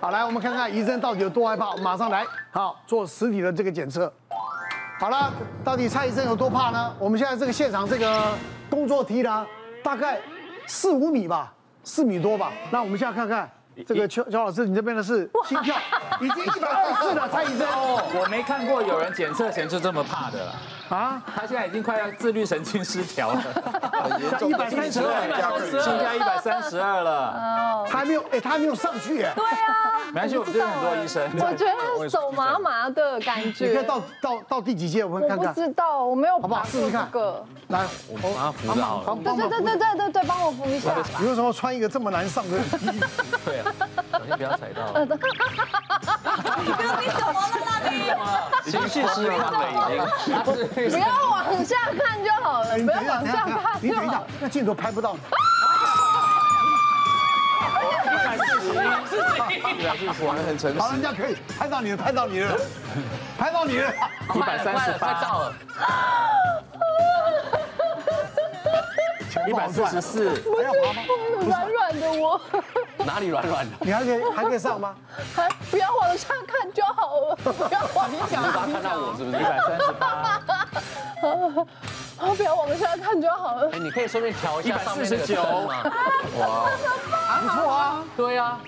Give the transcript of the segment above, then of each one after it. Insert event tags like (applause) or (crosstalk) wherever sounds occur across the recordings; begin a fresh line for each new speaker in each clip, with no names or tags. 好，来我们看看医生到底有多害怕，我们马上来，好做实体的这个检测。好了，到底蔡医生有多怕呢？我们现在这个现场这个工作梯呢，大概四五米吧，四米多吧。那我们现在看看这个邱邱老师，你这边的是心跳 (laughs) 已经一百二四了，蔡医生
哦，我没看过有人检测前就这么怕的了，
啊，
他现在已经快要自律神经失调了，
一百三十
一
二，
百三十二，加一百三十二了，
他还没有，哎，他还没有上去耶。
对啊，
没关系，我们这边很多医生。
(laughs) 我觉得手麻麻的感
你
觉
看。到到到第几届？我们
我
看
不
看，
知道，我没有
好不好
爬
试
过
试
这
看
个。
来，哦
我们把它扶着好了
帮
对
帮
对
忙
对对对对对，帮我扶一下吧。
你为什么穿一个这么难 (laughs) 上的衣服？
对啊，小心不要踩到。
你怎么了，大力？
情绪失控了已经。
不要往下看就好了，
哎你
不要
等一下，
往
等一下，等一
下
下
看
你等一
就好
下
了。，
那镜头拍不到你。
我们很诚
好，人
实，
家可以拍到你了，拍到你了，拍到你了。
一百三十
快
八，
到了，
(laughs) 一百四十四，
还要滑吗？
软软的我，
哪里软软的？
你还可以还可以上吗？
还不要往下看就好了，不要往下
你把它看到我是不是？一百三十八。
看，哦不要往下看就好了。
哎，你可以顺便调一下上面那个
149
灯嘛。
不错啊，
对啊，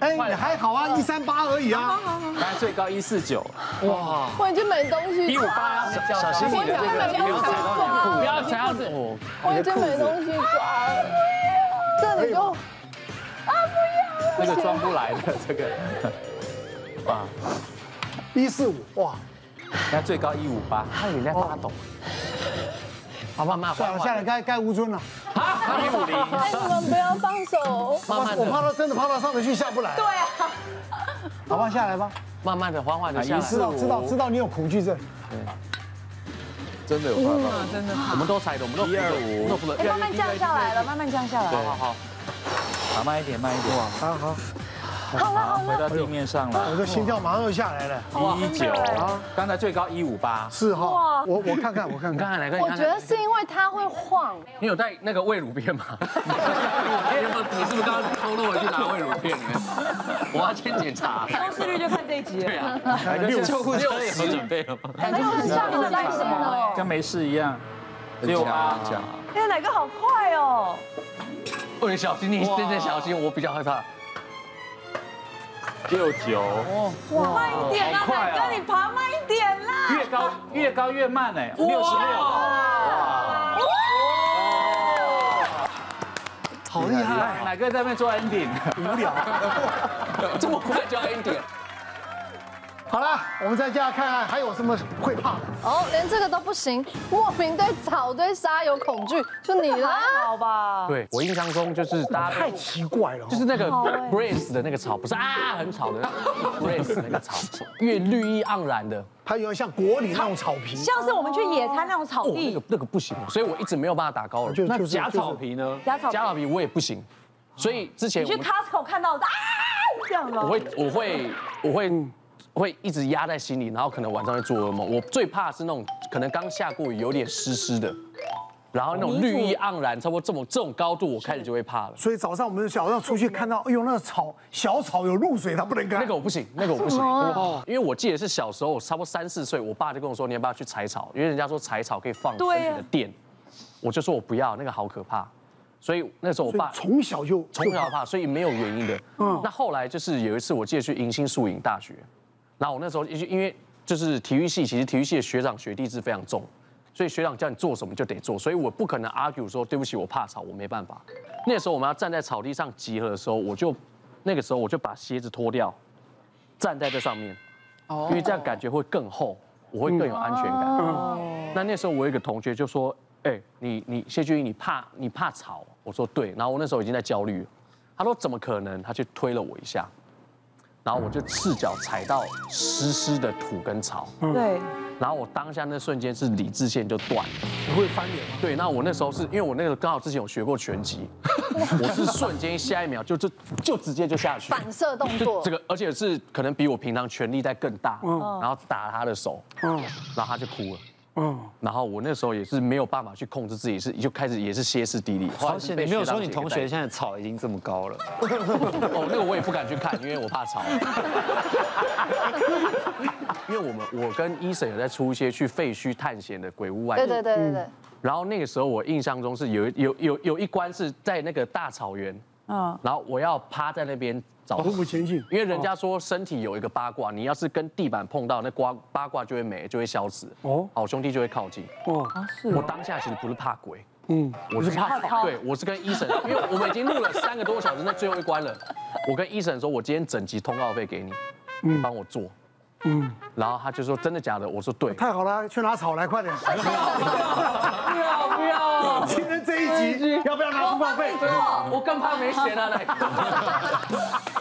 哎，你还好啊，一三八而已啊。
刚才最高一四九，
我已经没东西
一五
抓，
八，
小
我
心你
已
的
经
这个，
没
不
东
要
西
踩到
抓
你
了，
的裤，不要踩到哦。
我已经没东西抓了。这里就
那个装不来的这个，哇，
一四五，哇，
那最高一五八，
看人家大懂。好，慢慢
算了，
缓
下来
缓，
该该吴尊了。
一五零，
哎，你们不要放手，
慢慢
我
的，
怕他真的怕他上得去下不来。对啊。好吧，下来吧。
慢慢的，缓缓的下
啊
来
一。
知
四
道知道知道你有恐惧症，
真的有办法。
我们都踩的，我们都
125
都不能
哎，慢慢降下来了，慢慢降下来
对，
了。
好好，好慢一点，慢一点，哇，
啊好，
好了，回到地面上了。
我的心跳马上又下来了。
一一九，刚才最高一五八，
是哈，我我看看我看
你
看，
看看哪个？你
我
看
觉
看
得是因为它会晃。
你有带那个胃乳片吗？你是不是刚刚偷偷我去拿胃乳片？我要先检查。
收视率就看这一集。
对啊，救护车也有准备了吗？
哎，那很像很担心
哎
哦。
跟没事一样。六八，
哎，奶哥好快哦！
哦，你小心，你真的小心，我比较害怕。
六九，
慢一点啦，
好快
奶
啊
哦
哥，你爬慢一点啦。
越高越高越慢哎，六十六，
好厉害，
来，奶哥在那边做 ending，
无聊。
这么快就要 e n
好了，我们再接下来看看还有什么会怕的。
哦，连这个都不行，莫名对草对沙有恐惧，就你啦。
还好吧？
对我印象中就是大家
太奇怪了，就哦
就是是那个
好哎
brace 的那个草，不是啊很 (laughs) 吵的 brace 那个草，越绿意盎然的，
它有点像国里那种草坪，
像是我们去野餐那种草
哦，那
地
个，那个不行，所以我一直没有办法打高尔
就
夫。
就
那
是
假草皮呢？
假草皮
我也不行，所以之前
你
我
去
们
Costco 看到的啊，这样
我
吗？
会我会我会会一直压在心里，然后可能晚上会做噩梦。我最怕是那种可能刚下过雨有点湿湿的，然后那种绿意盎然，差不多这么这种高度，我开始就会怕了。
所以早上我们早上出去看到，哎呦，那个草小草有露水，它不能干。
那个我不行，那个我不行，
什么啊
我因为我记得是小时候，我差不多三四岁，我爸就跟我说，你要不要去采草？因为人家说采草可以放身
对啊
体的电，我就说我不要，那个好可怕。所以那时候我
所以
爸
从小就
从小怕，所以没有原因的。嗯，那后来就是有一次，我记得去迎新宿营大学，然后我那时候因因为就是体育系，其实体育系的学长学弟制非常重，所以学长叫你做什么就得做，所以我不可能 argue 说对不起，我怕吵，我没办法。那时候我们要站在草地上集合的时候，我就那个时候我就把鞋子脱掉，站在这上面，因为这样感觉会更厚，我会更有安全感。那那时候我有一个同学就说：“哎、你你谢俊英，你怕你怕吵？”我说：“对。”然后我那时候已经在焦虑了，他说：“怎么可能？”他就推了我一下，然后我就赤脚踩到湿湿的土跟草，
对，
然后我当下那瞬间是理智线就断了。
你会翻脸吗？
对，那我那时候是因为我那个刚好之前有学过拳击， (laughs) 我是瞬间下一秒就就就直接就下去，
反射动
就
作
这，个，而且是可能比我平常拳力在更大，然后打他的手，
嗯
然后他就哭了。嗯，然后我那时候也是没有办法去控制自己，是就开始也是歇斯底里。
好险，你没有说你同学
像
现在草已经这么高了。
(laughs) 哦，那个我也不敢去看，因为我
(laughs)
怕吵。因为我们我跟医生有在出一些去废墟探险的鬼屋外
对对对对对，
然后那个时候我印象中是有一有有有一关是在那个大草原，
嗯，
然后我要趴在那边找，
匍匐前进。
因为人家说身体有一个八卦，你要是跟地板碰到，那瓜八卦就会没，就会消失。
哦
哦，好兄弟就会靠近。
哦，
啊是
我
哦，
当下其实不是怕鬼，
嗯，
我是怕草。对，我是跟医生，因为我们已经录了三个多小时，那最后一关了。我跟医生说，我今天整集通告费给你，你帮我做。嗯，然后他就说真的假的？我说对。
太好了，去拿草来，快点！
哎不要不要，
(laughs)
哎
今天这一集要不要拿通告费？
我更怕没钱 (laughs) 了、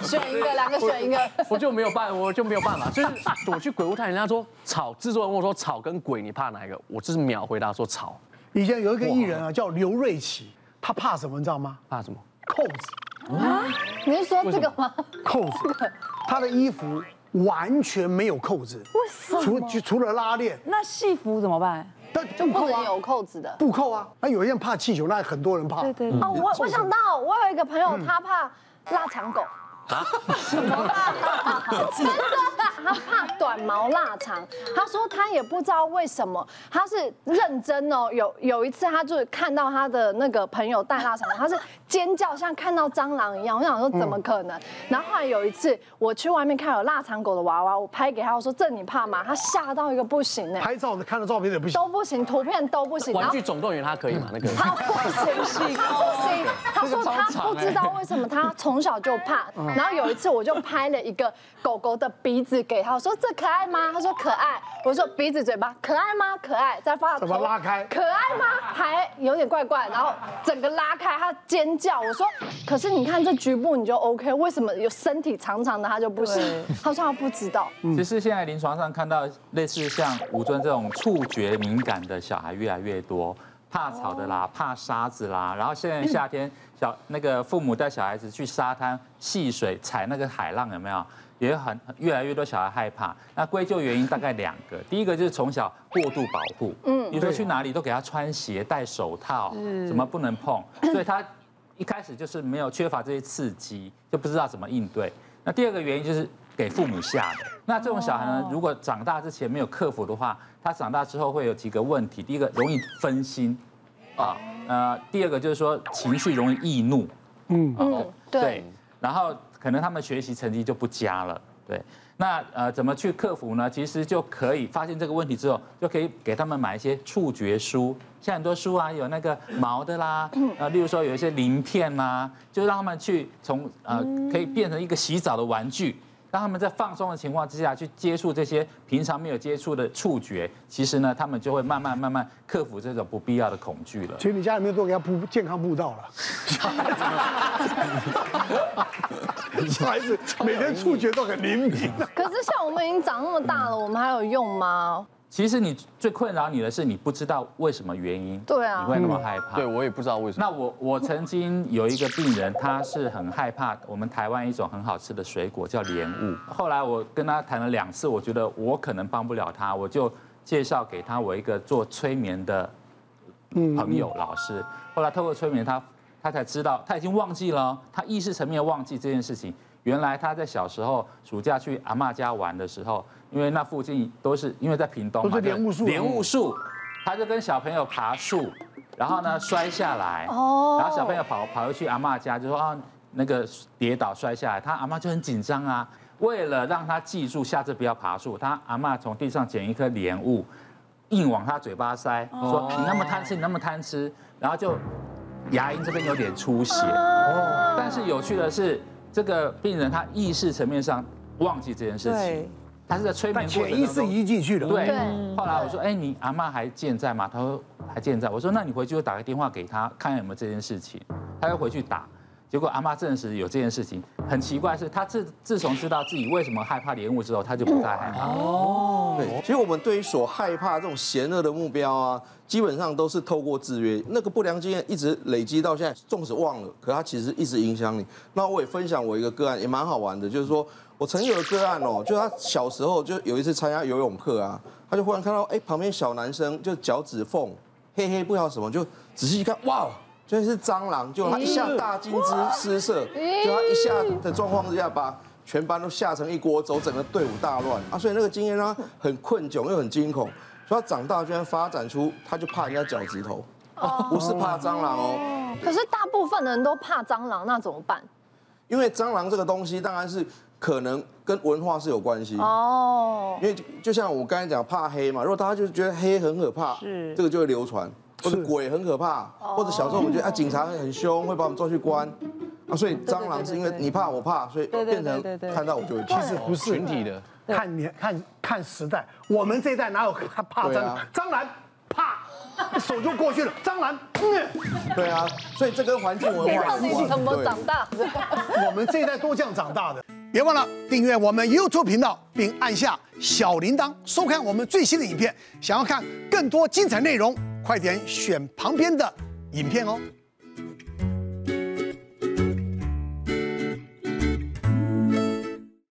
选一个，两个选一个。
(laughs) 我就没有办，我就没有办法。就是我去鬼屋探险，人家说草，制作人问我说草跟鬼你怕哪一个？我就是秒回答说草，
以前有一个艺人啊，叫刘瑞琦，他怕什么你知道吗？
怕什么？
扣子，
你是说这个吗？
扣
(laughs)
子，他的衣服完全没有扣子，
什么
除就除了拉链，
那戏服怎么办？
但
就
不
不
扣
能
啊，
有扣子的。
不扣啊。那有些人怕气球，那很多人怕。
对对对
哦，我我想到，我有一个朋友，
嗯
他怕腊肠狗。
啊
(laughs) 什么腊肠狗？真的，他怕短毛腊肠。他说他也不知道为什么，他是认真哦。有有一次，他就是看到他的那个朋友带腊肠，他是尖叫，像看到蟑螂一样。我想说
嗯
怎么可能？然后后来有一次，我去外面看有腊肠狗的娃娃，我拍给他，我说这你怕吗？他吓到一个不行呢，
拍照的看到照片也不行。
都不行，图片都不行。然
玩
后
具总动员他可以吗？
(laughs)
那个
他不行，不 (laughs) 行。他说他不知道为什么他从小就怕。然后有一次我就拍了一个狗狗的鼻子给他，我说这可爱吗？他说可爱。我说鼻子嘴巴可爱吗？可爱。再发
怎么拉开
可爱吗？还有点怪怪。然后整个拉开，他尖叫。我说可是你看这局部你就 OK，为什么有身体长长的他就不行？他说他不知道。
其实现在临床上看到类似像吴尊这种触觉敏感的小孩越来越多，怕草的啦，怕沙子啦，然后现在夏天小那个父母带小孩子去沙滩、戏水、踩那个海浪，有没有？也很越来越多小孩害怕，那归咎原因大概两个，第一个就是从小过度保护，嗯，比如说去哪里都给他穿鞋、戴手套，什么不能碰，所以他一开始就是没有缺乏这些刺激，就不知道怎么应对。那第二个原因就是给父母吓的。那这种小孩呢，如果长大之前没有克服的话，他长大之后会有几个问题。第一个容易分心，啊，呃，第二个就是说情绪容易易怒，啊
嗯，对。，
然后可能他们学习成绩就不佳了，对。那呃，怎么去克服呢？其实就可以发现这个问题之后，就可以给他们买一些触觉书，像很多书啊，有那个毛的啦，呃，例如说有一些鳞片啦，就让他们去从呃，可以变成一个洗澡的玩具。让他们在放松的情况之下去接触这些平常没有接触的触觉，其实呢，他们就会慢慢慢慢克服这种不必要的恐惧了
其。实你家里面都给他铺健康步道 (laughs) 了，小孩子每天触觉都很灵 (laughs) 敏。
可是像我们已经长那么大了，我们还有用吗？
其实你最困扰你的是你不知道为什么原因，
对啊
你会那么害怕。
对我也不知道为什么。
那我我曾经有一个病人，他是很害怕我们台湾一种很好吃的水果叫莲雾。后来我跟他谈了两次，我觉得我可能帮不了他，我就介绍给他我一个做催眠的
嗯
朋友老师。后来透过催眠他，他才知道他已经忘记了哦，他意识层面忘记这件事情。原来他在小时候暑假去阿嬷家玩的时候，因为那附近都是因为在屏东嘛
都是莲雾树
莲雾树，他就跟小朋友爬树，然后呢摔下来，
哦
然后小朋友跑跑回去阿嬷家，就说啊那个跌倒摔下来，他阿嬷就很紧张啊。为了让他记住下次不要爬树，他阿嬷从地上捡一颗莲雾，硬往他嘴巴塞，说你那么贪吃，你那么贪吃，然后就牙龈这边有点出血。哦，但是有趣的是，这个病人他意识层面上忘记这件事情
对，
他是在催眠
但
过程当
潜
中
意识移进去了。
对
对，
后来我说，哎，你阿妈还健在吗？她说还健在。我说，那你回去就打个电话给她，看有没有这件事情。她又回去打，结果阿妈证实有这件事情。很奇怪是，她自自从知道自己为什么害怕莲雾之后，她就不再害怕。
对，其实我们对于所害怕这种邪恶的目标啊，基本上都是透过制约，那个不良经验一直累积到现在，纵使忘了，可它其实一直影响你。那我也分享我一个个案，也蛮好玩的，就是说我曾经有个个案哦，就他小时候就有一次参加游泳课啊，他就忽然看到哎、旁边小男生就脚趾缝黑黑不知道什么，就仔细一看，哇，居然是蟑螂！就他一下大惊之失色，就他一下的状况之下把。全班都吓成一锅粥，整个队伍大乱啊！所以那个经验让他很困窘又很惊恐，所以他长大居然发展出他就怕人家脚趾头，不是怕蟑螂哦，
可是大部分人都怕蟑螂，那怎么办？
因为蟑螂这个东西当然是可能跟文化是有关系，
哦，
因为就就像我刚才讲怕黑嘛，如果大家就觉得黑很可怕，
是哦
这个就会流传，或者鬼很可怕，或者小时候我们觉得啊警察很凶，会把我们抓去关。啊，所以蟑螂是因为你怕我怕，所以
对对
变成
对对对
看到我就会怕。
不是
群体的，
看年看看时代，我们这一代哪有怕怕蟑
对
螂
啊？
蟑螂怕，手就过去了。蟑 (laughs) 螂，嗯
对啊，所以这跟环境
(laughs)
文化有
到
关。
底怎么
对
长大的？
我们这一代都这样长大的。别忘了订阅我们 YouTube 频道，并按下小铃铛，收看我们最新的影片。想要看更多精彩内容，快点选旁边的影片哦。